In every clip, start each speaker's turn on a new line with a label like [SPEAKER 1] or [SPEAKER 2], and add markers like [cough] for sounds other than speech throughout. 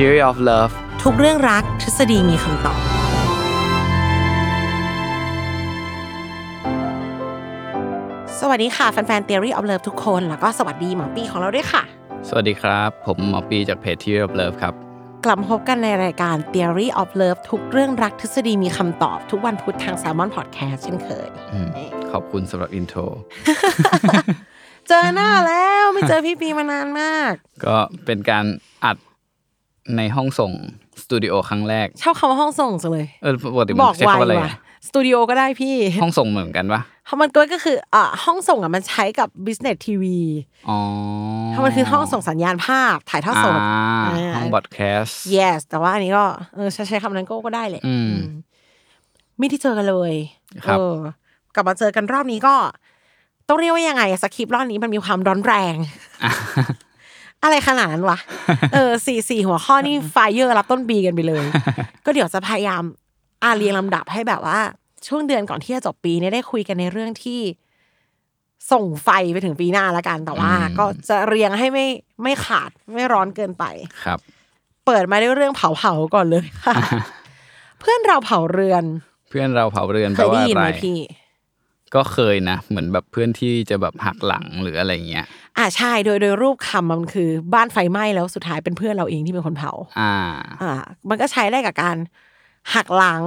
[SPEAKER 1] Theory of Love
[SPEAKER 2] ทุกเรื่องรักทฤษฎีมีคำตอบ สวัสดีค่ะ แฟนๆ Theory of Love ทุกคน แล้วก็สวัสดีหมอปีของเราด้วยค่ะ
[SPEAKER 1] สวัสดีครับ ผมหมอปีจากเพจ Theory of Love ครับ
[SPEAKER 2] กลับมาพบกันในรายการ Theory of Love ทุกเรื่องรักทฤษฎีมีคำตอบ ทุกวันพุธทาง Salmon Podcast เช่นเคย
[SPEAKER 1] อืม ขอบคุณสำหรับอินโทร
[SPEAKER 2] เจอหน้า
[SPEAKER 1] [laughs]
[SPEAKER 2] แล้วไม่เจอพี่ปีมานานมาก
[SPEAKER 1] ก็เป็นการอัดในห้องส่งสตูดิโอครั้งแรก
[SPEAKER 2] ชอบคำว่าห้องส่งจังเลย
[SPEAKER 1] เออปกติ
[SPEAKER 2] บ
[SPEAKER 1] มั
[SPEAKER 2] อก
[SPEAKER 1] นใช้
[SPEAKER 2] ไว
[SPEAKER 1] คำว่าอะไร
[SPEAKER 2] ว่ะ
[SPEAKER 1] อะ
[SPEAKER 2] สตูดิโอก็ได้พี่
[SPEAKER 1] ห้องส่งเหมือนกันปะ
[SPEAKER 2] เพ [laughs] ราะมันก็คืออ่าห้องส่งอ่ะมันใช้กับ business TV
[SPEAKER 1] อ๋อ
[SPEAKER 2] เพราะมันคือห้องส่งสัญญาณภาพถ่ายทอดสด
[SPEAKER 1] อ่า
[SPEAKER 2] อ่า
[SPEAKER 1] ห้องบอดแคส
[SPEAKER 2] yes แต่ว่าอันนี้ก็เออใช้ใช้คำนั้นก็ก็ได้แหละ
[SPEAKER 1] อืม
[SPEAKER 2] ไม่ที่เจอกันเลย
[SPEAKER 1] ครับ
[SPEAKER 2] เออกลับมาเจอกันรอบนี้ก็ ต้องเรียกว่ายังไงอะสคริปต์รอบนี้มันมีความร้อนแรง อะไรขนาดนั้นวะ เออสี่สี่หัวข้อนี่ไฟเยอร์รับต้นปีกันไปเลย ก็เดี๋ยวจะพยายามอาเรียงลำดับให้แบบว่า ช่วงเดือนก่อนที่จะจบปีเนี่ยได้คุยกันในเรื่องที่ ส่งไฟไปถึงปีหน้าละกันแต่ว่า ก็จะเรียงให้ไม่ไม่ขาดไม่ร้อนเกินไป
[SPEAKER 1] ครับ
[SPEAKER 2] เปิดมาด้วยเรื่องเผาเผาๆก่อนเลยค่ะ เพื่อนเราเผาเรือน
[SPEAKER 1] เพื่อนเราเผาเรือนแป
[SPEAKER 2] เค
[SPEAKER 1] ล
[SPEAKER 2] ยได้
[SPEAKER 1] ว่า
[SPEAKER 2] ยิน
[SPEAKER 1] อะ
[SPEAKER 2] ไห
[SPEAKER 1] ไร
[SPEAKER 2] มพี่
[SPEAKER 1] ก็เคยนะ เหมือนแบบเพื่อนที่จะแบบหักหลังหรืออะไรเงี้ย
[SPEAKER 2] อ่าใช่โดยโดยรูปคำมันคือ บ้านไฟไหม้แล้วสุดท้ายเป็นเพื่อนเราเองที่เป็นคนเผา
[SPEAKER 1] อ่า
[SPEAKER 2] อ่า มันก็ใช้ได้กับการหักหลัง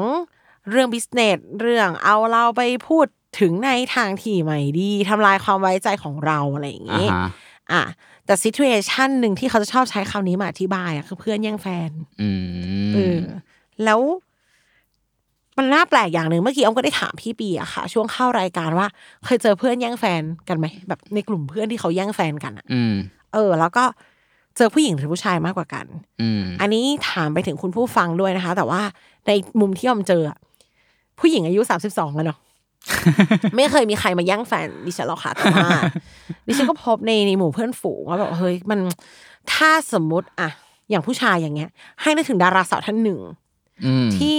[SPEAKER 2] เรื่องบิสเนสเรื่องเอาเราไปพูดถึงในทางที่ไม่ดีทำลายความไว้ใจของเราอะไรอย่าง
[SPEAKER 1] อ่า
[SPEAKER 2] นี้
[SPEAKER 1] ฮะ
[SPEAKER 2] อ่ะแต่ซิทูเอชันหนึ่งที่เขาจะชอบใช้คำนี้มาอธิบายอะคือเพื่อนแย่งแฟน
[SPEAKER 1] อืม
[SPEAKER 2] เออแล้วมันน่าแปลกอย่างหนึ่งเมื่อกี้อ้อมก็ได้ถามพี่ปีอะค่ะ ช่วงเข้ารายการว่า เคยเจอเพื่อนแย่งแฟนกันไหมแบบในกลุ่มเพื่อนที่เขาแย่งแฟนกันอะ
[SPEAKER 1] อืม
[SPEAKER 2] เออ แล้วก็เจอผู้หญิงหรือผู้ชายมากกว่ากัน
[SPEAKER 1] อืม
[SPEAKER 2] อันนี้ถามไปถึงคุณผู้ฟังด้วยนะคะ แต่ว่าในมุมที่อ้อมเจออะผู้หญิงอายุสามสิบสองแล้ว
[SPEAKER 1] [laughs]
[SPEAKER 2] เนาะ ไม่เคยมีใครมาแย่งแฟนดิฉันหรอกค่ะแต่ว่าดิฉันก็พบในในหมู่เพื่อนฝูงว่าแบบเฮ้ยมันถ้าสมมติอะอย่างผู้ชายอย่างเงี้ย ให้นึกถึงดาราสาวท่านหนึ่ง
[SPEAKER 1] อืม
[SPEAKER 2] ที่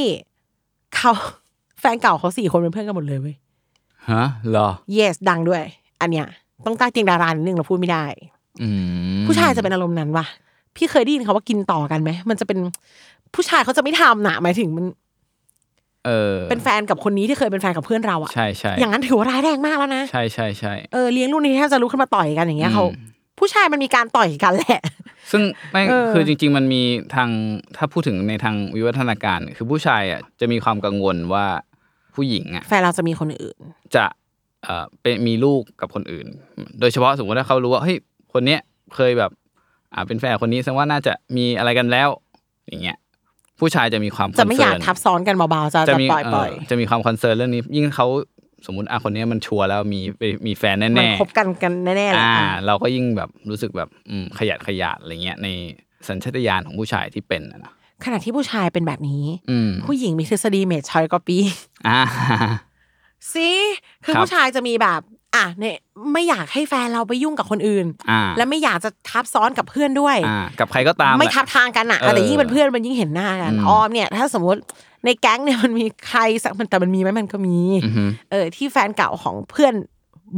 [SPEAKER 2] เขา [laughs] แฟนเก่าเขาสี่คนเป็นเพื่อนกันหมดเลยเว้ย
[SPEAKER 1] ฮะเหรอ
[SPEAKER 2] yes ดังด้วย อันเนี้ยต้องใต้เตียงดารานิดนึงเราพูดไม่ได้
[SPEAKER 1] อืม
[SPEAKER 2] ผู้ชายจะเป็นอารมณ์นั้นว่ะพี่เคยได้ยินเขาว่ากินต่อกันไหมมันจะเป็นผู้ชายเขาจะไม่ทำนะหมายถึงมัน
[SPEAKER 1] เออ
[SPEAKER 2] เป็นแฟนกับคนนี้ที่เคยเป็นแฟนกับเพื่อนเราอะ
[SPEAKER 1] ใช่ใช่
[SPEAKER 2] อย่างนั้นถือว่าร้ายแรงมากแล้วนะ
[SPEAKER 1] ใช่ใช่ใช่
[SPEAKER 2] เออเลี้ยงลูกนี่แทบจะลุกขึ้นมาต่อยกันอย่างเงี้ย
[SPEAKER 1] อืม
[SPEAKER 2] เขาผู้ชายมันมีการต่อยกันแหละ
[SPEAKER 1] ซึ่งไม่
[SPEAKER 2] เออ
[SPEAKER 1] คือจริง ๆ มันมีทางถ้าพูดถึงในทางวิวัฒนาการ คือผู้ชายอ่ะจะมีความกังวลว่าผู้หญิงอ่ะ
[SPEAKER 2] แฟนเราจะมีคนอื่น
[SPEAKER 1] จะเอ่อเป็นมีลูกกับคนอื่น โดยเฉพาะสมมติถ้าเขารู้ว่าเฮ้ยคนเนี้ยเคยแบบอ่าเป็นแฟนคนนี้แสดงว่าน่าจะมีอะไรกันแล้ว อย่างเงี้ยผู้ชายจะมีความ
[SPEAKER 2] จะไม่อยาก
[SPEAKER 1] concern
[SPEAKER 2] ทับซ้อนกันเบาๆจะจะ
[SPEAKER 1] มี
[SPEAKER 2] ปล่อย
[SPEAKER 1] เ
[SPEAKER 2] ปล่อย
[SPEAKER 1] จะมีความคอนเซิร์นเรื่องนี้ ยิ่งเขาสมมติอ่ะคนเนี้ยมันชัวร์แล้วมีไปมีแฟนแน่ๆ
[SPEAKER 2] มันคบกันกันแน่ๆแหละ
[SPEAKER 1] อ่า
[SPEAKER 2] อ่ะ
[SPEAKER 1] เราก็ยิ่งแบบรู้สึกแบบอืมขยัดขยะอะไรเงี้ย ในสัญชาตญาณของผู้ชายที่เป็นอะนะ
[SPEAKER 2] ขณะที่ผู้ชายเป็นแบบนี้
[SPEAKER 1] อืม
[SPEAKER 2] ผู้หญิงมีทฤษฎีเมดชอยก็ปี
[SPEAKER 1] อ่า
[SPEAKER 2] [laughs] สิคือ
[SPEAKER 1] ครับ
[SPEAKER 2] ผู้ชายจะมีแบบ อ่ะเนี่ยไม่อยากให้แฟนเราไปยุ่งกับคนอื่น
[SPEAKER 1] อ่า
[SPEAKER 2] และไม่อยากจะทับซ้อนกับเพื่อนด้วย
[SPEAKER 1] อ่ากับใครก็ตาม
[SPEAKER 2] ไม่
[SPEAKER 1] แหละ
[SPEAKER 2] ทับทางกันอ่ะ
[SPEAKER 1] เออ
[SPEAKER 2] แต่ยิ่งเป็นเพื่อนมันยิ่งเห็นหน้ากัน
[SPEAKER 1] อืม
[SPEAKER 2] ออมเนี่ย ถ้าสมมติในแก๊งเนี่ยมันมีใครสักมันแต่มันมีไหมมันก็มี
[SPEAKER 1] อือฮึ
[SPEAKER 2] เออ ที่แฟนเก่าของเพื่อน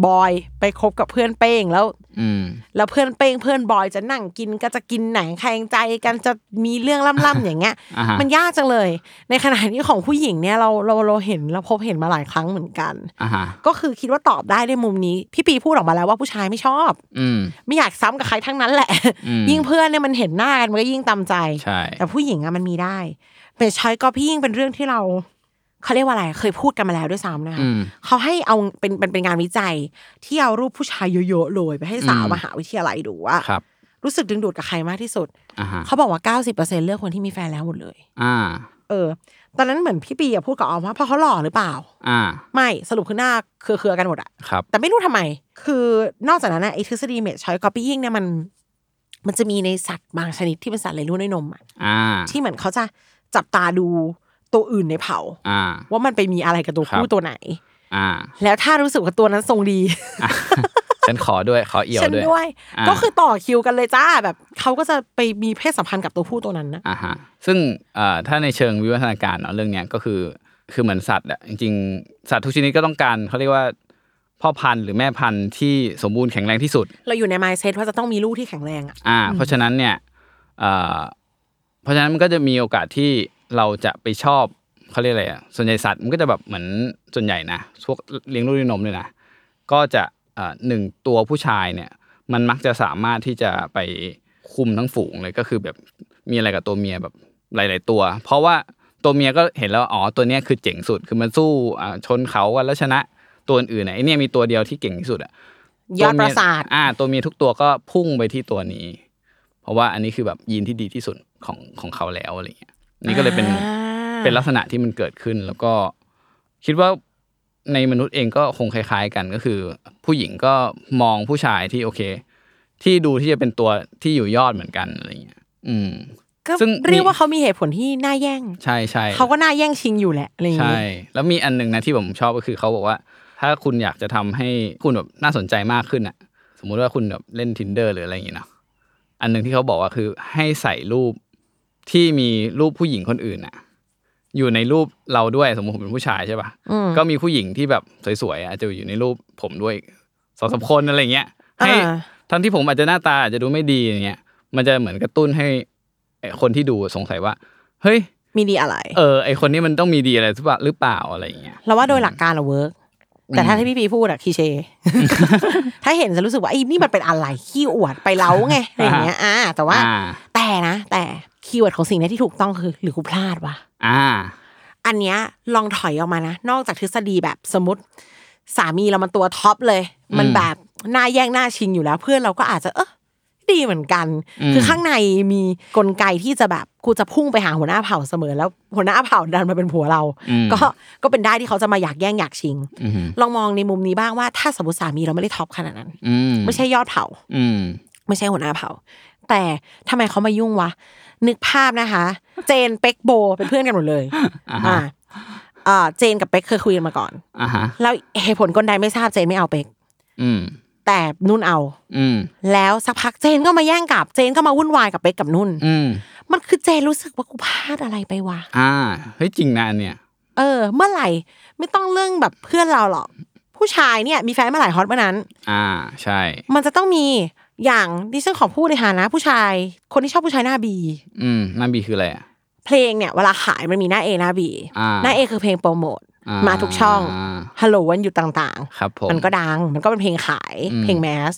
[SPEAKER 2] บอยไปคบกับเพื่อนเป้งแล้ว
[SPEAKER 1] อืม
[SPEAKER 2] แล้วเพื่อนเป้งเพื่อนบอยจะนั่งกินก็จะกินไหนแข่งใจกันจะมีเรื่องล่ำๆ อย่างเงี้ย
[SPEAKER 1] อ่าฮะ
[SPEAKER 2] มันยากจังเลย ในขณะที่ของผู้หญิงเนี่ยเราเราเราเห็นเราพบเห็นมาหลายครั้งเหมือนกัน
[SPEAKER 1] อ่าฮะ
[SPEAKER 2] ก็คือคิดว่าตอบได้ในมุมนี้ พี่ปีพูดออกมาแล้วว่าผู้ชายไม่ชอบ
[SPEAKER 1] อืม
[SPEAKER 2] ไม่อยากซ้ำกับใครทั้งนั้นแหละ
[SPEAKER 1] อืม
[SPEAKER 2] ยิ่งเพื่อนเนี่ยมันเห็นหน้ากันมันก็ยิ่งตามใจ
[SPEAKER 1] ใช่
[SPEAKER 2] แต่ผู้หญิงอะมันมีได้เป็นช้อยก็พี่ยิ่งเป็นเรื่องที่เราเขาเรียกว่าอะไรเคยพูดกันมาแล้วด้วยซ้ำนะคะ
[SPEAKER 1] อืม
[SPEAKER 2] เขาให้เอาเป็นเป็นเป็นงานวิจัย ที่เอารูปผู้ชายเยอะๆเลยไปให้สาว
[SPEAKER 1] อืม
[SPEAKER 2] มหาวิทยาลัยดูว่า
[SPEAKER 1] ครับ
[SPEAKER 2] รู้สึกดึงดูดกับใครมากที่สุด
[SPEAKER 1] อ่าฮะ
[SPEAKER 2] เขาบอกว่า 90%เลือกคนที่มีแฟนแล้วหมดเลย
[SPEAKER 1] อ่า
[SPEAKER 2] เออ ตอนนั้นเหมือนพี่ปีอะพูดกับออมว่าเพราะเขาหล่อหรือเปล่า
[SPEAKER 1] อ่า
[SPEAKER 2] ไม่สรุปคือหน้าเครือๆกันหมดอะ
[SPEAKER 1] ครับ
[SPEAKER 2] แต่ไม่รู้ทำไม คือนอกจากนั้นอะไอ้ทฤษฎีเมทชอยกอปปี้ยิ่งเนี่ยมัน มันจะมีในสัตว์บางชนิดที่เป็นสัตว์เลี้ยงลูกด้วยนมอะ
[SPEAKER 1] อ่า
[SPEAKER 2] ที่เหมือนเขาจะจับตาดูตัวอื่นในเผ่า
[SPEAKER 1] อ่า
[SPEAKER 2] ว่ามันไปมีอะไรกับตัว
[SPEAKER 1] ครับ
[SPEAKER 2] ผู้ตัวไหน
[SPEAKER 1] อ่า
[SPEAKER 2] แล้วถ้ารู้สึกว่าตัวนั้นทรงดี
[SPEAKER 1] ฉันขอด้วยขอเอี่ยว
[SPEAKER 2] ฉัน
[SPEAKER 1] ด้วย
[SPEAKER 2] ด้วย
[SPEAKER 1] อ่า
[SPEAKER 2] ก็คือต่อคิวกันเลยจ้าแบบเขาก็จะไปมีเพศสัมพันธ์กับตัวผู้ตัวนั้นนะ
[SPEAKER 1] อ่าฮะซึ่งเอ่อถ้าในเชิงวิวัฒนาการเนาะเรื่องเนี้ยก็คือคือเหมือนสัตว์อะจริงๆ สัตว์ทุกชนิดก็ต้องการเขาเรียกว่าพ่อพันธุ์หรือแม่พันธุ์ที่สมบูรณ์แข็งแรงที่สุด
[SPEAKER 2] เราอยู่ใน mindset ว่าจะต้องมีลูกที่แข็งแรงอ่ะ
[SPEAKER 1] อ่า เพราะฉะนั้นเนี่ยเอ่อเพราะฉะนั้นมันก็จะมีโอกาสที่เราจะไปชอบเขาเรียกอะไรอ่ะส่วนใหญ่สัตว์มันก็จะแบบเหมือนส่วนใหญ่นะพวกเลี้ยงลูกด้วยนมเนี่ยนะก็จะเอ่อหนึ่งตัวผู้ชายเนี่ย มันมักจะสามารถที่จะไปคุมทั้งฝูงเลยก็คือแบบมีอะไรกับตัวเมียแบบหลาย ๆ ตัว เพราะว่าตัวเมียก็เห็นแล้วอ๋อตัวเนี้ยคือเจ๋งสุดคือมันสู้อ่าชนเขากันแล้วชนะตัวอื่นๆเนี่ยไอเนี่ยมีตัวเดียวที่เก่งที่สุดอ่ะ
[SPEAKER 2] ยอดประสาท
[SPEAKER 1] ตัวเมียอ่า ตัวเมียทุกตัวก็พุ่งไปที่ตัวนี้ เพราะว่าอันนี้คือแบบยีนที่ดีที่สุดของของเขาแล้วอะไรเงี้ยนี่ก็เลยเป็น
[SPEAKER 2] อ่า
[SPEAKER 1] เป็นลักษณะที่มันเกิดขึ้น แล้วก็คิดว่าในมนุษย์เองก็คงคล้าย ๆ กันก็คือ ผู้หญิงก็มองผู้ชายที่โอเค ที่ดูที่จะเป็นตัวที่อยู่ยอดเหมือนกันอะไรเงี้ย อืม
[SPEAKER 2] ก็
[SPEAKER 1] ซึ่ง
[SPEAKER 2] เรียกว่าเขามีเหตุผลที่น่าแย่ง
[SPEAKER 1] ใช่ใช่
[SPEAKER 2] เขาก็น่าแย่งชิงอยู่แหละอะไรอย่าง
[SPEAKER 1] ใช่
[SPEAKER 2] งี้
[SPEAKER 1] แล้วมีอันหนึ่งนะที่ผมชอบก็คือเขาบอกว่า ถ้าคุณอยากจะทำให้คุณแบบน่าสนใจมากขึ้นอ่ะ สมมุติว่าคุณแบบเล่น tinder หรืออะไรอย่างงี้เนาะอันหนึ่งที่เขาบอกว่าคือให้ใส่รูปที่มีรูปผู้หญิงคนอื่นอ่ะ อยู่ในรูปเราด้วยสมมติผมเป็นผู้ชายใช่ป่ะ
[SPEAKER 2] อืม
[SPEAKER 1] ก็มีผู้หญิงที่แบบสวยๆอาจจะอยู่ในรูปผมด้วยสองสามคนอะไรอย่างเงี้ยให้
[SPEAKER 2] อ่า
[SPEAKER 1] ทั้งที่ผมอาจจะหน้าตาอาจจะดูไม่ดีอย่างเงี้ย มันจะเหมือนกระตุ้นให้ไอ้คนที่ดูสงสัยว่า เฮ้ย
[SPEAKER 2] มีดีอะไร
[SPEAKER 1] เออไอคนนี้มันต้องมีดีอะไรหรือเปล่าหรือเปล่าอะไรอย่างเงี้ย
[SPEAKER 2] เราว่าโดยหลักการอะเวิร์กแต่ถ้าที่พี่ปีพูดอะคลีเช่ [laughs] ถ้าเห็นจะรู้สึกว่าไอ้นี่มันเป็นอะไรขี้อวดไปเล้าไงอะไรอย่างเงี้ยอ่า แต่ว่า
[SPEAKER 1] อ่า
[SPEAKER 2] แต่นะ แต่คีย์เวิร์ดของสิ่งเนี้ยที่ถูกต้องคือ หรือกูพลาดวะ
[SPEAKER 1] อ่า
[SPEAKER 2] อันเนี้ยลองถอยออกมานะ นอกจากทฤษฎีแบบสมมติ สามีเรามันตัวท็อปเลย มันแบบหน้าแย่งหน้าชิงอยู่แล้ว เพื่อนเราก็อาจจะเออดีเหมือนกัน
[SPEAKER 1] อืม
[SPEAKER 2] คือข้างในมีกลไกที่จะแบบกูจะพุ่งไปหาหัวหน้าเผ่าเสมอ แล้วหัวหน้าเผ่าดันมาเป็นผัวเรา
[SPEAKER 1] อืม
[SPEAKER 2] ก็ก็เป็นได้ที่เขาจะมาอยากแย่งอยากชิง
[SPEAKER 1] อืม
[SPEAKER 2] ลองมองในมุมนี้บ้างว่าถ้าสมมติสามีเราไม่ได้ท็อปขนาดนั้น
[SPEAKER 1] อืม
[SPEAKER 2] ไม่ใช่ยอดเผ่า
[SPEAKER 1] อืม
[SPEAKER 2] ไม่ใช่หัวหน้าเผ่า แต่ทำไมเขามายุ่งวะ นึกภาพนะคะ เจนเป็กโบเป็นเพื่อนกันหมดเลย
[SPEAKER 1] อ่าฮะ
[SPEAKER 2] อ่าอ่าเจนกับเป็กเคยคุยกันมาก่อน
[SPEAKER 1] อ่าฮะ
[SPEAKER 2] แล้วเหตุผลคนใดไม่ทราบเจนไม่เอาเป็ก
[SPEAKER 1] อืม
[SPEAKER 2] แต่นุ่นเอา
[SPEAKER 1] อืม
[SPEAKER 2] แล้วสักพักเจนก็มาแย่งกับเจนก็มาวุ่นวายกับเป็กกับนุ่น
[SPEAKER 1] อืม
[SPEAKER 2] มันคือเจนรู้สึกว่ากูพลาดอะไรไปวะ
[SPEAKER 1] อ่า เฮ้ยจริงนะอันเนี่ย
[SPEAKER 2] เออ เมื่อไหร่ไม่ต้องเรื่องแบบเพื่อนเราหรอก ผู้ชายเนี่ยมีแฟนเมื่อไหร่ฮอตเมื่อนั้น
[SPEAKER 1] อ่า ใช่
[SPEAKER 2] มันจะต้องมีอย่างดิฉันขอพูดในฐานะผู้ชาย คนที่ชอบผู้ชายหน้าบี
[SPEAKER 1] อืมนั่นบีคืออะไรอ่ะ
[SPEAKER 2] เพลงเนี่ยเวลาขายมันมีหน้าเอหน้าบี
[SPEAKER 1] อ่า
[SPEAKER 2] หน้าเอคือเพลงโปรโมท
[SPEAKER 1] อ่า
[SPEAKER 2] มาทุกช่อง
[SPEAKER 1] อ่า
[SPEAKER 2] ฮัลโหลวันอยู่ต่างๆ
[SPEAKER 1] ครับผม
[SPEAKER 2] มันก็ดัง มันก็เป็นเพลงขาย
[SPEAKER 1] อืม
[SPEAKER 2] เพลงแมส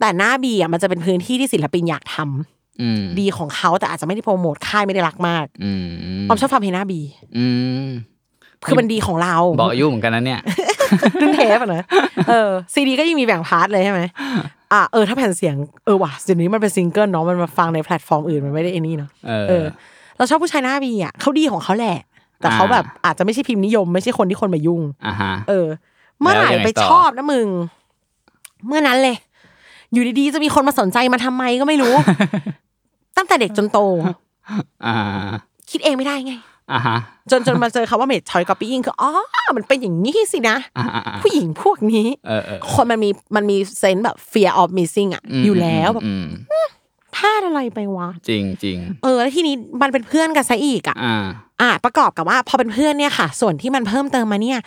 [SPEAKER 2] แต่หน้าบีอ่ะมันจะเป็นพื้นที่ที่ศิลปินอยากทำ
[SPEAKER 1] อืม
[SPEAKER 2] ดีของเขาแต่อาจจะไม่ได้โปรโมทค่ายไม่ได้รักมาก
[SPEAKER 1] อืม
[SPEAKER 2] ออมชอบฟังเพลงหน้าบี
[SPEAKER 1] อืม
[SPEAKER 2] คือมันดีของเรา
[SPEAKER 1] บอกอายุเหมือนกันนะเนี่ย
[SPEAKER 2] รุ่นเทปอะนะ เออซีดีก็ยังมีแบ่งพาร์ทเลยใช่ไหมอ่ะเออถ้าแผ่นเสียงเออว่ะเดี๋ยวนี้มันเป็นซิงเกิลเนาะมันมาฟังในแพลตฟอร์มอื่นมันไม่ได้เอนี่เนาะ
[SPEAKER 1] เอ
[SPEAKER 2] เอ
[SPEAKER 1] อ
[SPEAKER 2] อเราชอบผู้ชายหน้าบีอ่ะเขาดีของเขาแหละ แต่เขา
[SPEAKER 1] อ่า
[SPEAKER 2] แบบอาจจะไม่ใช่พิมพ์นิยม ไม่ใช่คนที่คนมายุ่ง
[SPEAKER 1] อ่าฮะ
[SPEAKER 2] เออ เมื่อไหร่
[SPEAKER 1] แล้วยังไง
[SPEAKER 2] ไป
[SPEAKER 1] ต่อ
[SPEAKER 2] ชอบนะมึง เมื่อนั้นเลย อยู่ดีๆ จะมีคนมาสนใจมาทำไมก็ไม่รู้
[SPEAKER 1] [laughs]
[SPEAKER 2] ตั้งแต่เด็กจนโต
[SPEAKER 1] อ่า
[SPEAKER 2] คิดเองไม่ได้ไง
[SPEAKER 1] อ่าฮะ
[SPEAKER 2] จนจนมาเจอคาว่าเมดชอยก c o ปี้ i ิ g คืออ๋อ มันเป็นอย่างนี้สินะ
[SPEAKER 1] อ่าอ่าอ่า
[SPEAKER 2] ผู้หญิงพวกนี้
[SPEAKER 1] เออเออ
[SPEAKER 2] คนมันมีมันมีเซนส์แบบ fear of missing อ่ะ
[SPEAKER 1] ม
[SPEAKER 2] อยู่แล้วแบบ
[SPEAKER 1] อืม
[SPEAKER 2] พลาดอะไรไปวะ
[SPEAKER 1] จริงจริง
[SPEAKER 2] เออ แล้วทีนี้มันเป็นเพื่อนกันซะอีกอ่ะ
[SPEAKER 1] อ่า
[SPEAKER 2] อ่ะประกอบกับว่าพอเป็นเพื่อนเนี่ยค่ะ ส่วนที่มันเพิ่มเติมมาเนี่ย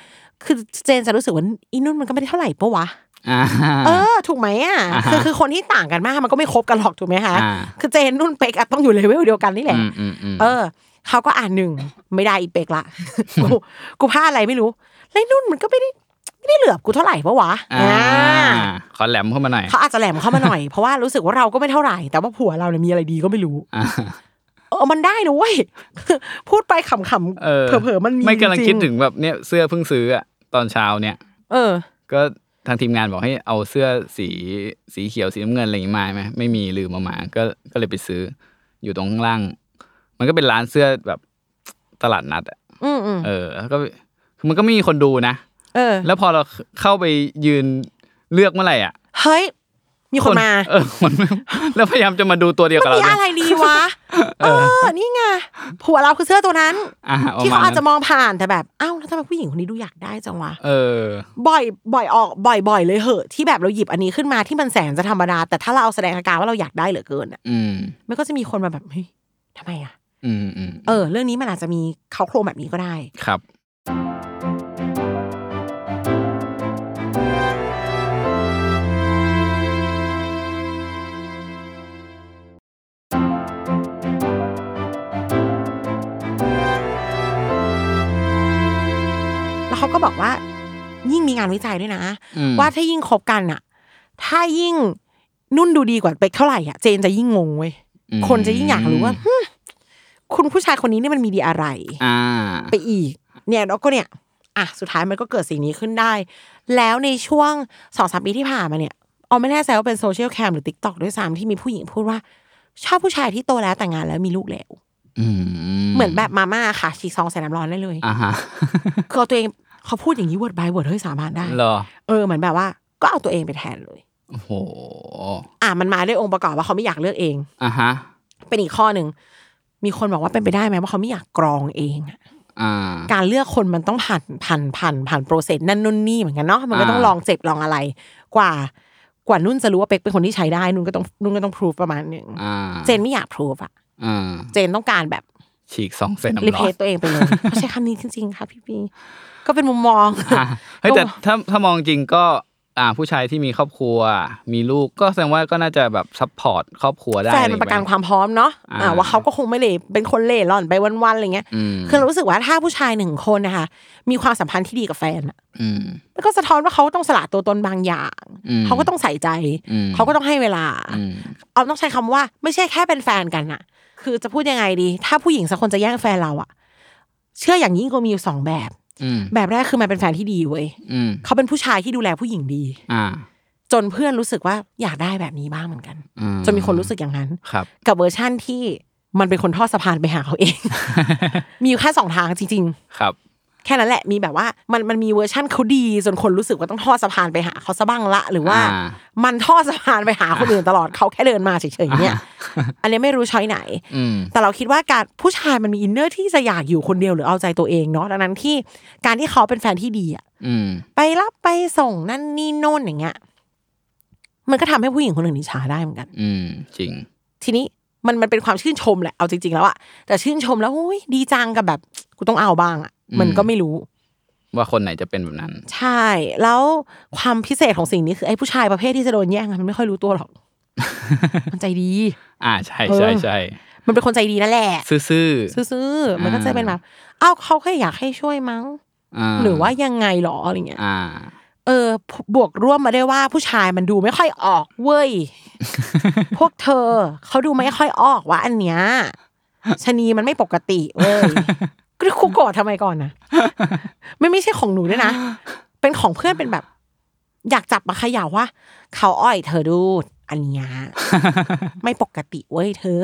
[SPEAKER 2] คือเจนจะรู้สึกว่าอีนุ่นมันก็ไม่ได้เท่าไหร่ปะวะ
[SPEAKER 1] อ่า
[SPEAKER 2] เออ ถูกไหมอ่ะ
[SPEAKER 1] อ่าฮะ
[SPEAKER 2] คือคือคนที่ต่างกันมากมันก็ไม่คบกันหรอกถูกไหมคะ
[SPEAKER 1] อ่า
[SPEAKER 2] คือเจนนุ่นเป๊กอะต้องอยู่เลเวลเดียวกันนี่แหละ
[SPEAKER 1] อืมอืมอืม
[SPEAKER 2] เออเขาก็อ่านหนึ่งไม่ได้อีเปกละ กูกูพลาดอะไรไม่รู้แล้วไอ้นุ่นมันก็ไม่ได้ไม่ได้เหลือบกูเท่าไหร่ปะวะ
[SPEAKER 1] อ่า
[SPEAKER 2] อ่า
[SPEAKER 1] ขอแหลมเข้ามาหน่อย
[SPEAKER 2] เขาอาจจะแหลมเข้ามาหน่อย เพราะว่ารู้สึกว่าเราก็ไม่เท่าไหร่ แต่ว่าผัวเราเนี่ยมีอะไรดีก็ไม่รู้
[SPEAKER 1] อ่า
[SPEAKER 2] เออมันได้นะเว้ย [laughs] พูดไปขำ
[SPEAKER 1] เออ
[SPEAKER 2] ๆเผลอๆมันมี
[SPEAKER 1] ไม่กำลัง
[SPEAKER 2] จริ
[SPEAKER 1] คิดถึงแบบเนี่ยเสื้อเพิ่งซื้ออะตอนเช้าเนี่ย
[SPEAKER 2] เออ
[SPEAKER 1] ก็ทางทีมงานบอกให้เอาเสื้อสีสีเขียวสีน้ำเงินอะไรอย่างงี้มาใช่ไหมไม่มีลืมเอามาก็ก็เลยไปซื้อ อยู่ตรงข้างล่าง มันก็เป็นร้านเสื้อแบบตลาดนัดอะ
[SPEAKER 2] อืมอืม
[SPEAKER 1] เออแล้วก็คือมันก็ไม่มีคนดูนะ
[SPEAKER 2] เออ
[SPEAKER 1] แล้วพอเราเข้าไปยืนเลือกเมื่อไหร่อ่ะ
[SPEAKER 2] เฮ้ย มีคนมา
[SPEAKER 1] เออคนแล้วพยายามจะมาดูตัวเดียวกับเรา
[SPEAKER 2] มี
[SPEAKER 1] เนี่
[SPEAKER 2] อะ
[SPEAKER 1] ย
[SPEAKER 2] ไรดีวะ เออ นี่ไงผัวเราคือเสื้อตัวนั้น
[SPEAKER 1] อ่ะปรมณ
[SPEAKER 2] ที่เขาอาจจะ
[SPEAKER 1] นั้น
[SPEAKER 2] มองผ่านแต่แบบอ้าวแล้วทำไมผู้หญิงคนนี้ดูอยากได้จังวะ
[SPEAKER 1] เออ
[SPEAKER 2] บ่อยบ่อยออกบ่อยบ่อยเลยเหอะที่แบบเราหยิบอันนี้ขึ้นมาที่มันแสนจะธรรมดา แต่ถ้าเราแสดงอาการว่าเราอยากได้เหลือเกินอ่ะ
[SPEAKER 1] อืม
[SPEAKER 2] มันก็จะมีคนมาแบบเฮ้ยทำไมอ่ะ
[SPEAKER 1] อืมอืม
[SPEAKER 2] เออ เรื่องนี้มันอาจจะมีเขาโครงแบบนี้ก็ได้
[SPEAKER 1] ครับ
[SPEAKER 2] แล้วเขาก็บอกว่า ยิ่งมีงานวิจัยด้วยนะ
[SPEAKER 1] อืม
[SPEAKER 2] ว่าถ้ายิ่งคบกันอ่ะ ถ้ายิ่งนุ่นดูดีกว่าเป๊กเท่าไหร่อ่ะเจนจะยิ่งงงเว้ย
[SPEAKER 1] อืม
[SPEAKER 2] คนจะยิ่งอยากรู้ว่าหึคุณผู้ชายคนนี้เนี่ยมันมีดีอะไร
[SPEAKER 1] อ่า
[SPEAKER 2] ไปอีก เนี่ยแล้วก็เนี่ยอ่ะสุดท้ายมันก็เกิดสิ่งนี้ขึ้นได้ แล้วในช่วงสองสามปีที่ผ่านมาเนี่ยเอาไม่แน่ใจว่าเป็นโซเชียลแคมหรือติ๊กต็อกด้วยซ้ำที่มีผู้หญิงพูดว่า ชอบผู้ชายที่โตแล้วแต่งงานแล้วมีลูกแล้ว
[SPEAKER 1] อื
[SPEAKER 2] เหมือนแบบมาม่าค่ะฉีกซองใส่น้ำร้อนได้เลย
[SPEAKER 1] อ่าฮะ
[SPEAKER 2] คือเอาตัวเองเขาพูดอย่างนี้เวิร์ดบายเวิร์ดเฮ้ยสามารถได้
[SPEAKER 1] เหรอ
[SPEAKER 2] เออเหมือนแบบว่า ก็เอาตัวเองไปแทนเลย
[SPEAKER 1] โอ้โห
[SPEAKER 2] อ่ะมันมาด้วยองค์ประกอบว่าเขาไม่อยากเลือกเอง
[SPEAKER 1] อ่าฮะ
[SPEAKER 2] เป็นอีกข้อหนึ่งมีคนบอกว่าเป็นไปได้ไหมว่าเขาไม่อยากกรองเองอะ
[SPEAKER 1] อ่า
[SPEAKER 2] การเลือกคนมันต้องผ่านผ่านผ่านผ่านโปรเซสนั่นนู่นนี่เหมือนกันเนาะมันก็ต้อง
[SPEAKER 1] อ่า
[SPEAKER 2] ลองเจ็บลองอะไร กว่ากว่านุ่นจะรู้ว่าเป็กเป็นคนที่ใช้ได้นุ่นก็ต้องนุ่นก็ต้องพิสูจประมาณหนึ่ง
[SPEAKER 1] อ่า
[SPEAKER 2] เจนไม่อยากพิสูจอะ
[SPEAKER 1] อ่า
[SPEAKER 2] เจนต้องการแบบ
[SPEAKER 1] ฉีกสองเส้นน้ำ
[SPEAKER 2] รี
[SPEAKER 1] ร้
[SPEAKER 2] เพ
[SPEAKER 1] อ
[SPEAKER 2] ล
[SPEAKER 1] น
[SPEAKER 2] ย์ตัวเองไปเลยเขาใช้คำนี้จริงๆค่ะพี่
[SPEAKER 1] [laughs]
[SPEAKER 2] ปีก็เป็นมุมมอง
[SPEAKER 1] อ่ะเฮ้ยแต่ถ้าถ้ามองจริงก็ อ่า ผู้ชายที่มีครอบครัว มีลูกก็แสดงว่าก็น่าจะแบบซัพพอร์ตครอบครัวได้
[SPEAKER 2] แฟนมันประกัน
[SPEAKER 1] อไอ
[SPEAKER 2] ค
[SPEAKER 1] ย่างงี้
[SPEAKER 2] วามพร้อมเนาะ
[SPEAKER 1] อ่า
[SPEAKER 2] อ่าว่าเขาก็คงไม่เลยเป็นคนเล่ร่อนไปวันๆอะไรเงี้ย
[SPEAKER 1] อืม
[SPEAKER 2] คือเรารู้สึกว่าถ้าผู้ชายหนึ่งคนนะคะมีความสัมพันธ์ที่ดีกับแฟนอะ
[SPEAKER 1] อืม
[SPEAKER 2] มันก็สะท้อนว่าเขาต้องสละตัวตนบางอย่าง
[SPEAKER 1] อืม
[SPEAKER 2] เขาก็ต้องใส่ใจ
[SPEAKER 1] อืม
[SPEAKER 2] เขาก็ต้องให้เวลา
[SPEAKER 1] อืม
[SPEAKER 2] เอาต้องใช้คำว่าไม่ใช่แค่เป็นแฟนกันอะคือจะพูดยังไงดี ถ้าผู้หญิงสักคนจะแย่งแฟนเราอะเชื่ออย่างยิ่งก็มีอยู่สองแบบ
[SPEAKER 1] อืม
[SPEAKER 2] แบบแรกคือมันเป็นแฟนที่ดีเว้ย
[SPEAKER 1] อืม
[SPEAKER 2] เขาเป็นผู้ชายที่ดูแลผู้หญิงดี
[SPEAKER 1] อ่า
[SPEAKER 2] จนเพื่อนรู้สึกว่าอยากได้แบบนี้บ้างเหมือนกัน
[SPEAKER 1] อื
[SPEAKER 2] จนมีคนรู้สึกอย่างนั้น
[SPEAKER 1] ครับ [laughs]
[SPEAKER 2] กับเวอร์ชั่นที่มันเป็นคนทอดสะพานไปหาเขาเอง [laughs] มีอยู่แค่สองทางจริง
[SPEAKER 1] ครับ
[SPEAKER 2] ๆ แค่นั้นแหละมีแบบว่ามันมันมีเวอร์ชั่นเขาดี จนคนรู้สึกว่าต้องทอดสะพานไปหาเขาซะบ้างละหรือว่า
[SPEAKER 1] อ่า
[SPEAKER 2] มันทอดสะพานไปหาคนอื่นตลอดเขาแค่เดินมาเฉยๆ [laughs] เนี่ย อันนี้ไม่รู้ช้อยไหน
[SPEAKER 1] อืม
[SPEAKER 2] แต่เราคิดว่าการผู้ชายมันมีอินเนอร์ที่จะอยากอยู่คนเดียวหรือเอาใจตัวเองเนาะดังนั้นที่การที่เขาเป็นแฟนที่ดีอะ
[SPEAKER 1] อืม
[SPEAKER 2] ไปรับไปส่งนั่นนี่โน่นอย่างเงี้ยมันก็ทำให้ผู้หญิงคนอื่นอิจฉาได้เหมือนกัน
[SPEAKER 1] อืม จริง
[SPEAKER 2] ทีนี้มันมันเป็นความชื่นชมแหละเอาจริง ๆ แล้วอะแต่ชื่นชมแล้วโอ้ยดีจังกับแบบกูต้องเอาบ้างอะมันก็ไม่รู้
[SPEAKER 1] ว่าคนไหนจะเป็นแบบนั้น
[SPEAKER 2] ใช่ แล้วความพิเศษของสิ่งนี้คือไอ้ผู้ชายประเภทที่จะโดนแย่งอะมันไม่ค่อยรู้ตัวหรอก มันใจดี
[SPEAKER 1] [laughs] อ่า ใช่ใช่ใช่
[SPEAKER 2] มันเป็นคนใจดีนั่นแหละ
[SPEAKER 1] ซื่อๆ
[SPEAKER 2] ซื่อๆมันก็จะ
[SPEAKER 1] อ่า
[SPEAKER 2] เป็นแบบอ้าวเขาแค่อยากให้ช่วยมั้ง หรือว่ายังไงหรออะไรเงี้ย
[SPEAKER 1] อ่า
[SPEAKER 2] เออ บวกร่วมมาได้วยว่าผู้ชายมันดูไม่ค่อยออกเว้ย พวกเธอเขาดูไม่ค่อยออกว่าอันเนี้ยชะนีมันไม่ปกติเว้ยก็คุกโกรธทำไมก่อนนะไม่ไม่ใช่ของหนูด้วยนะ เป็นของเพื่อนเป็นแบบ อยากจับมาเขย่าว่าเขาอ้อยเธอดูอันเนี้ยไม่ปกติเว้ยเธอ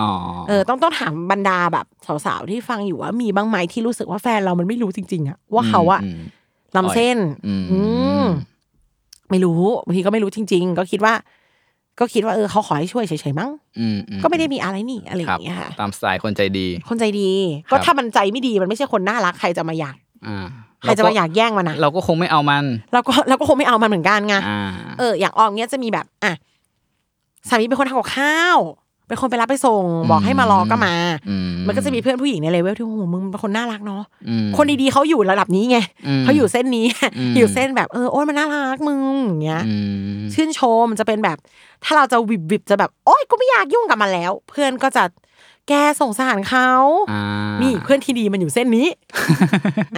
[SPEAKER 1] อ๋อ
[SPEAKER 2] เออต้องต้องถามบรรดาแบบสาวๆที่ฟังอยู่ว่ามีบ้างไหมที่รู้สึกว่าแฟนเรามันไม่รู้จริงๆอะว่าเขาอะ
[SPEAKER 1] ม
[SPEAKER 2] ลำเส้น
[SPEAKER 1] อืม
[SPEAKER 2] อืม ไม่รู้บางทีก็ไม่รู้จริง ๆ ก็คิดว่า ก็คิดว่าเออเขาขอให้ช่วยเฉยๆมั้ง
[SPEAKER 1] อืมอื
[SPEAKER 2] ก็ไม่ได้มีอะไรนี่อะไรอ
[SPEAKER 1] ครับ
[SPEAKER 2] ย่างเงี้ยค่ะ
[SPEAKER 1] ตามสไตล์คนใจดี
[SPEAKER 2] คนใจดี
[SPEAKER 1] ครับ
[SPEAKER 2] ก็ถ้ามันใจไม่ดีมันไม่ใช่คนน่ารักใครจะมาอยาก
[SPEAKER 1] อ่า
[SPEAKER 2] ใครจะมาอยากแย่งมันนะ
[SPEAKER 1] เราก็คงไม่เอามัน
[SPEAKER 2] เราก็เราก็คงไม่เอามันเหมือนกันไง
[SPEAKER 1] อ่า
[SPEAKER 2] เอออย่างออมเนี้ยจะมีแบบ อ่ะสามีเป็นคนทำกับข้าว เป็นคนไปรับไปส่ง บอกให้มารอก็มา
[SPEAKER 1] อื
[SPEAKER 2] มันก็จะมีเพื่อนผู้หญิงในเลเวลที่โอ้โหมึงเป็นคนน่ารักเนาะ
[SPEAKER 1] อืม
[SPEAKER 2] คนดีๆเขาอยู่ระดับนี้ไง
[SPEAKER 1] อืม
[SPEAKER 2] เขาอยู่เส้นนี้
[SPEAKER 1] อืม
[SPEAKER 2] อยู่เส้นแบบเออโอ้ยมันน่ารักมึงอย่างเงี้ย
[SPEAKER 1] อืม
[SPEAKER 2] ชื่นชมจะเป็นแบบ ถ้าเราจะวิบวิบจะแบบ โอ๊ยกูไม่อยากยุ่งกับมันแล้ว เพื่อนก็จะแกสงสารเขา
[SPEAKER 1] อ่า
[SPEAKER 2] นี่เพื่อนที่ดีมันอยู่เส้น [laughs] นี้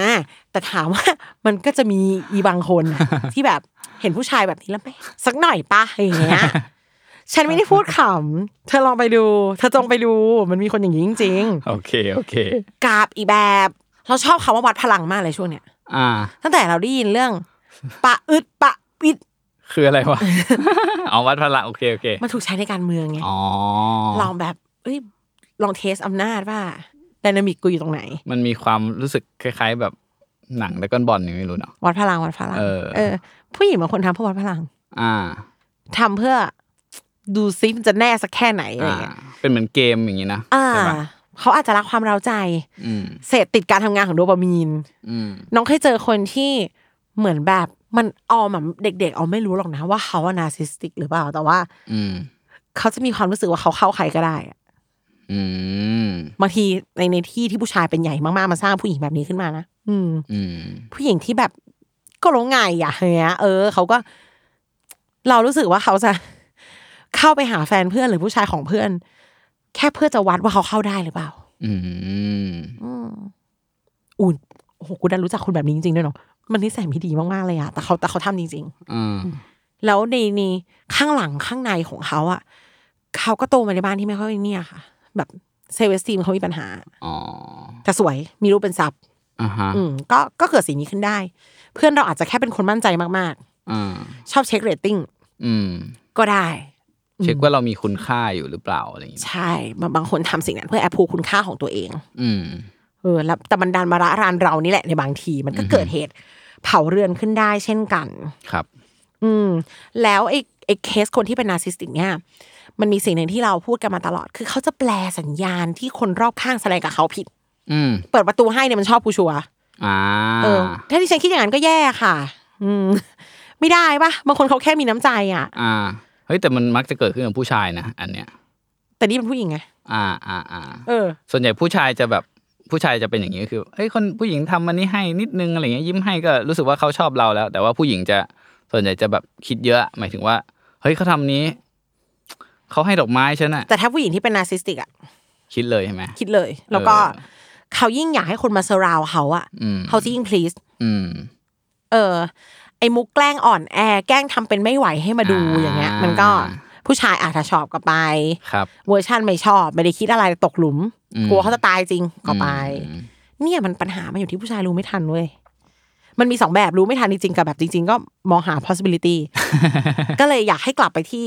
[SPEAKER 2] อ่าแต่ถามว่ามันก็จะมีอีบางคน [laughs] น่ะ ที่แบบเห็นผู้ชายแบบนี้แล้วไหมสักหน่อยปะอย่างเงี้ [laughs] ย ฉันไม่ได้พูดขำเธอลองไปดู เธอจงไปดู มันมีคนอย่างนี้จริง
[SPEAKER 1] โอเคโอเค
[SPEAKER 2] ๆกราบอีแบบ เราชอบคำว่าวัดพลังมากเลยช่วงเนี้ย
[SPEAKER 1] อ่า
[SPEAKER 2] ตั้งแต่เราได้ยินเรื่อง ปะอึดปะปิด
[SPEAKER 1] คืออะไรวะ [laughs] อ๋อวัดพละโอเคโอเค
[SPEAKER 2] มันถูกใช้ในการเมืองไง
[SPEAKER 1] อ๋อ
[SPEAKER 2] ลองแบบเอ้ย ลองเทสอำนาจว่าด y นามิกกูอยู่ตรงไหน
[SPEAKER 1] มันมีความรู้สึกคล้าย ๆ แบบหนังแล้ก้อนบอลนี่ไม่รู้เนาะ
[SPEAKER 2] วัดพลัง วัดพลัง
[SPEAKER 1] เออ
[SPEAKER 2] ผู้หญิงบางคนทำเพื่อวัดพลัง
[SPEAKER 1] อ่า
[SPEAKER 2] ทำเพื่อดูซิมันจะแน่สักแค่ไหนอะไร
[SPEAKER 1] อ่า
[SPEAKER 2] เงี้ย
[SPEAKER 1] เป็นเหมือนเกมอย่างนี้นะ
[SPEAKER 2] อ่า
[SPEAKER 1] ใช่ปะ
[SPEAKER 2] เขาอาจจะรักความเร้าใจ
[SPEAKER 1] อืม
[SPEAKER 2] เสพติดการทำงานของโดปามีน
[SPEAKER 1] อืม
[SPEAKER 2] น้องเคยเจอคนที่เหมือนแบบมันออมอะเด็กๆออมไม่รู้หรอกนะว่าเขาอะนาร์ซิสติกหรือเปล่า แต่ว่า
[SPEAKER 1] อืม
[SPEAKER 2] เขาจะมีความรู้สึกว่าเขาเข้าใครก็ได้อะ
[SPEAKER 1] อืม
[SPEAKER 2] บางทีในในที่ที่ผู้ชายเป็นใหญ่มากๆมาสร้างผู้หญิงแบบนี้ขึ้นมานะอืม
[SPEAKER 1] อืม
[SPEAKER 2] ผู้หญิงที่แบบก็รู้ไงอะอย่างเงี้ยเออเขาก็ เรารู้สึกว่าเขาจะ [laughs] เข้าไปหาแฟนเพื่อนหรือผู้ชายของเพื่อน แค่เพื่อจะวัดว่าเขาเข้าได้หรือเปล่า
[SPEAKER 1] อืม
[SPEAKER 2] อืมอุ่นโอ้โหกูดันรู้จักคนแบบนี้จริงๆด้วยเนาะมันนิสัยไม่ดีมากๆเลยอะแต่เขาแต่เขาทำจริง
[SPEAKER 1] อ่า
[SPEAKER 2] ๆ แล้วในในข้างหลังข้างในของเขาอะเขาก็โตมาในบ้านที่ไม่ค่อยเนี่ยค่ะ แบบเซเวสตีมเขามีปัญหา
[SPEAKER 1] อ๋อ
[SPEAKER 2] แต่สวยมีรูปเป็นซับ
[SPEAKER 1] อ่าฮะ
[SPEAKER 2] อืมก็ก็เกิดสิ่งนี้ขึ้นได้ เพื่อนเราอาจจะแค่เป็นคนมั่นใจมาก
[SPEAKER 1] อ่า
[SPEAKER 2] ๆ ชอบเช็คเรตติ้ง
[SPEAKER 1] อืม
[SPEAKER 2] ก็ได้
[SPEAKER 1] เช็คว่าเรามีคุณค่าอยู่หรือเปล่าอะไรอย่างงี้
[SPEAKER 2] ใช่บางบางคนทำสิ่งนั้นเพื่อแอบพูคุณค่าของตัวเอง
[SPEAKER 1] อืม
[SPEAKER 2] เออแล้วแต่มันดันมาระรานเรานี่แหละในบางที มันก็เกิดเหตุเผาเรือนขึ้นได้เช่นกัน
[SPEAKER 1] ครับ
[SPEAKER 2] อืม แล้วไอ้ไอ้เคสคนที่เป็นนาร์ซิสติกเนี่ยมันมีสิ่งหนึ่งที่เราพูดกันมาตลอด คือเขาจะแปลสัญญาณที่คนรอบข้างแสดงกับเขาผิด
[SPEAKER 1] อืม
[SPEAKER 2] เปิดประตูให้เนี่ยมันชอบกูชัวร์
[SPEAKER 1] อ่า
[SPEAKER 2] เออถ้าที่ฉันคิดอย่างนั้นก็แย่ค่ะ อืม ไม่ได้ปะบางคนเขาแค่มีน้ำใจอ่ะ
[SPEAKER 1] อ่า เฮ้ยแต่มันมักจะเกิดขึ้นกับผู้ชายนะ อันเนี้ย
[SPEAKER 2] แต่นี่เป็นผู้หญิงไง
[SPEAKER 1] อ่า อ่า อ่า
[SPEAKER 2] เออ
[SPEAKER 1] ส่วนใหญ่ผู้ชายจะแบบผู้ชายจะเป็นอย่างนี้ก็คือเฮ้ยคนผู้หญิงทำมันนี้ให้นิดนึงอะไรเงี้ยยิ้มให้ก็รู้สึกว่าเขาชอบเราแล้ว แต่ว่าผู้หญิงจะส่วนใหญ่จะแบบคิดเยอะ หมายถึงว่า เฮ้ยเขาทำนี้เขาให้ดอกไม้ฉันอะ
[SPEAKER 2] แต่ถ้าผู้หญิงที่เป็นนาร์ซิสติกอ่ะ
[SPEAKER 1] คิดเลยใช่ไหม
[SPEAKER 2] คิดเลย แล้วก็
[SPEAKER 1] เออ
[SPEAKER 2] เขายิ่งอยากให้คนมาเซอร์ราวเขาอะ
[SPEAKER 1] อืม
[SPEAKER 2] เขาจะยิ่ง please
[SPEAKER 1] อืม
[SPEAKER 2] เออ ไอ้มุกแกล้งอ่อนแอแกล้งทำเป็นไม่ไหวให้มาดู
[SPEAKER 1] อ่า
[SPEAKER 2] อย่างเงี้ย มันก็ผู้ชายอาจจะชอบก็ไป
[SPEAKER 1] ครับ
[SPEAKER 2] เวอร์ชั่นไม่ชอบ ไม่ได้คิดอะไรตกหลุม
[SPEAKER 1] อืม
[SPEAKER 2] กลัวเขาจะตายจริงก็ไป
[SPEAKER 1] อืม
[SPEAKER 2] เนี่ยมันปัญหามันอยู่ที่ผู้ชายรู้ไม่ทันเว้ยมันมีสองแบบรู้ไม่ทันจริงๆกับแบบจริง ๆ ก็มองหา
[SPEAKER 1] [laughs]
[SPEAKER 2] possibility ก็เลยอยากให้กลับไปที่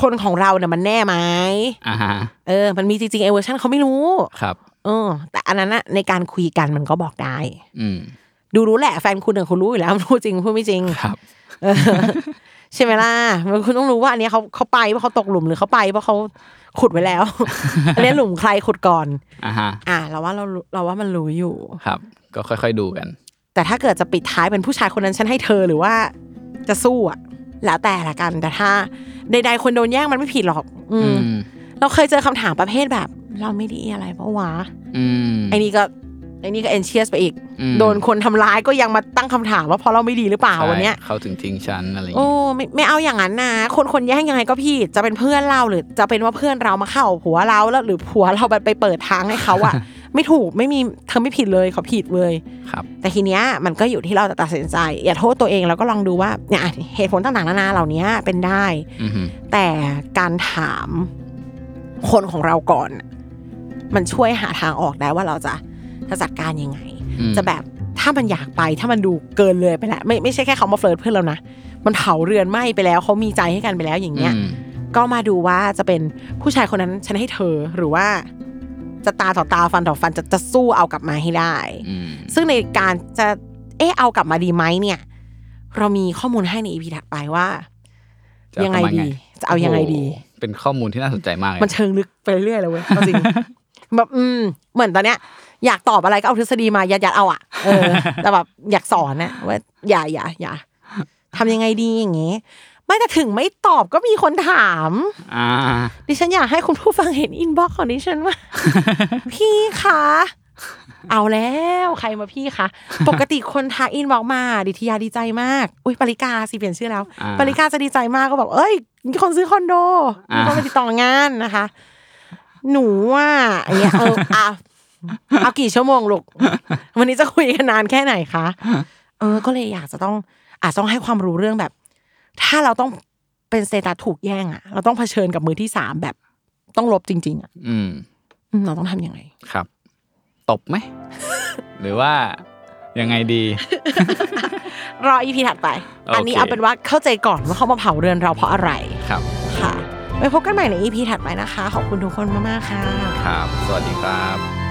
[SPEAKER 2] คนของเราเนี่ยมันแน่ไหม
[SPEAKER 1] อ่าฮะ
[SPEAKER 2] เออมันมีจริงๆไอ้เวอร์ชันเขาไม่รู้
[SPEAKER 1] ครับ
[SPEAKER 2] เออแต่อันนั้นอะในการคุยกันมันก็บอกได้
[SPEAKER 1] อืม
[SPEAKER 2] ดูรู้แหละแฟนคุณเนี่ยคุณรู้อยู่แล้ว [laughs] มันพูดจริงพูดไม่จริง
[SPEAKER 1] ครับ
[SPEAKER 2] เออใช่ไหมล่ะมันคุณต้องรู้ว่าอันเนี้ยเขาเขาไปเพราะเขาตกหลุมหรือเขาไปเพราะเขาขุดไว้ [laughs] แล้ว อันเนี้ยหลุมใครขุดก่อน
[SPEAKER 1] อ่าฮะ
[SPEAKER 2] อ่ะเราว่าเราเราว่ามันรู้อยู่
[SPEAKER 1] ครับ ก็ค่อยๆดูกัน
[SPEAKER 2] แต่ถ้าเกิดจะปิดท้ายเป็นผู้ชายคนนั้นฉันให้เธอหรือว่าจะสู้อะแล้วแต่ละกันแต่ถ้าใดๆคนโดนแย่งมันไม่ผิดหรอก อื
[SPEAKER 1] อื
[SPEAKER 2] ม
[SPEAKER 1] ม
[SPEAKER 2] เราเคยเจอคำถามประเภทแบบ เราไม่ดีอะไรปะวะ
[SPEAKER 1] อืม
[SPEAKER 2] ไอ้นี่ก็ไอ้นี่ก็เอนเชียสไปอีก
[SPEAKER 1] อืม
[SPEAKER 2] โดนคนทำร้ายก็ยังมาตั้งคำถามว่าเพราะเราไม่ดีหรือเปล่า
[SPEAKER 1] ใช่
[SPEAKER 2] วันเนี้ย
[SPEAKER 1] เขาถึงทิ้งฉันอะไรอย่าง
[SPEAKER 2] โอ้
[SPEAKER 1] งี้
[SPEAKER 2] ไม่ไม่เอาอย่างนั้นนะคนคนแย่งยังไงก็พี่จะเป็นเพื่อนเราหรือจะเป็นว่าเพื่อนเรามาเข้าหัวเราแล้วหรือผัวเราไปเปิดทางให้เขาอะ
[SPEAKER 1] [laughs]
[SPEAKER 2] ไม่ถูกไม่มีเธอไม่ผิดเลยเขาผิดเลย
[SPEAKER 1] ครับ
[SPEAKER 2] แต่ทีเนี้ยมันก็อยู่ที่เราจะตัดสินใจ อย่าโทษตัวเองแล้วก็ลองดูว่าเนี่ยอ่ะเหตุผลต่างๆนานาเหล่านี้เป็นได้
[SPEAKER 1] อืม
[SPEAKER 2] แต่การถามคนของเราก่อนน่ะมันช่วยหาทางออกได้ว่าเราจะจะจัดการยังไง
[SPEAKER 1] อืม
[SPEAKER 2] จะแบบถ้ามันอยากไปถ้ามันดูเกินเลยไปแล้วไม่ไม่ใช่แค่เขามาเฟลิร์ตเพื่อนเรานะมันเผาเรือนไหม้ไปแล้วเขามีใจให้กันไปแล้วอย่างเงี้ย
[SPEAKER 1] อืม
[SPEAKER 2] ก็มาดูว่าจะเป็นผู้ชายคนนั้นฉันให้เธอหรือว่า จะตาต่อตาฟันต่อฟันจะจะสู้เอากลับมาให้ได้
[SPEAKER 1] อืม
[SPEAKER 2] ซึ่งในการจะเอะเอากลับมาดีไหมเนี่ย เรามีข้อมูลให้ในอีพีถัดไปว่า
[SPEAKER 1] จะเอา
[SPEAKER 2] ยังไง
[SPEAKER 1] เข้ามาไง
[SPEAKER 2] ดี จะเอายังไงดี
[SPEAKER 1] โอ้โหเป็นข้อมูลที่น่าสนใจมากเลย
[SPEAKER 2] มันเชิงลึกไปเรื่อยเลยเว้ยเอา
[SPEAKER 1] [laughs]
[SPEAKER 2] จริง แบบอืม เหมือนตอนเนี้ย อยากตอบอะไรก็เอาทฤษฎีมายัดยัดๆเอาอ่ะเอ
[SPEAKER 1] [laughs]
[SPEAKER 2] อ แต่แบบอยากสอนนะว่าอย่าอย่าอย่าทำยังไงดีอย่างงี้ ไม่แต่ถึงไม่ตอบก็มีคนถาม
[SPEAKER 1] อ่า
[SPEAKER 2] ดิฉันอยากให้คุณผู้ฟังเห็นอินบ็อกของดิฉันว่า
[SPEAKER 1] [laughs]
[SPEAKER 2] พี่คะ เอาแล้วใครมาพี่คะ ปกติคนทักอินบ็อกมา ดิทยาดีใจมาก อุ้ยปริกาสิเปลี่ยนชื่อแล้ว
[SPEAKER 1] อ่า
[SPEAKER 2] ปริกาจะดีใจมากก็บอก เอ้ยมีคนซื้อคอนโดมีคน
[SPEAKER 1] อ่า
[SPEAKER 2] มาติดต่องานนะคะ หนูว่าอย่างเงี้ยเอออ่ะเอากี่ชั่วโมงลูก วันนี้จะคุยกันนานแค่ไหนคะ เออ ก็เลยอยากจะต้องอาจจะต้องให้ความรู้เรื่องแบบ ถ้าเราต้องเป็นสเตตัสถูกแย่งอะเราต้องเผชิญกับมือที่สามแบบ ต้องลบจริง ๆอะ
[SPEAKER 1] อืม
[SPEAKER 2] อืมเราต้องทำยังไง
[SPEAKER 1] ครับ ตบไหม หรือว่ายังไงดี
[SPEAKER 2] รออีพีถัดไป อันนี้
[SPEAKER 1] โอเค
[SPEAKER 2] เอาเป็นว่าเข้าใจก่อนว่าเขามาเผาเรือนเราเพราะอะไร
[SPEAKER 1] ครับ
[SPEAKER 2] ค่ะไว้พบกันใหม่ในอีพีถัดไปนะคะ ขอบคุณทุกคนมากๆค่ะ
[SPEAKER 1] ครับ สวัสดีครับ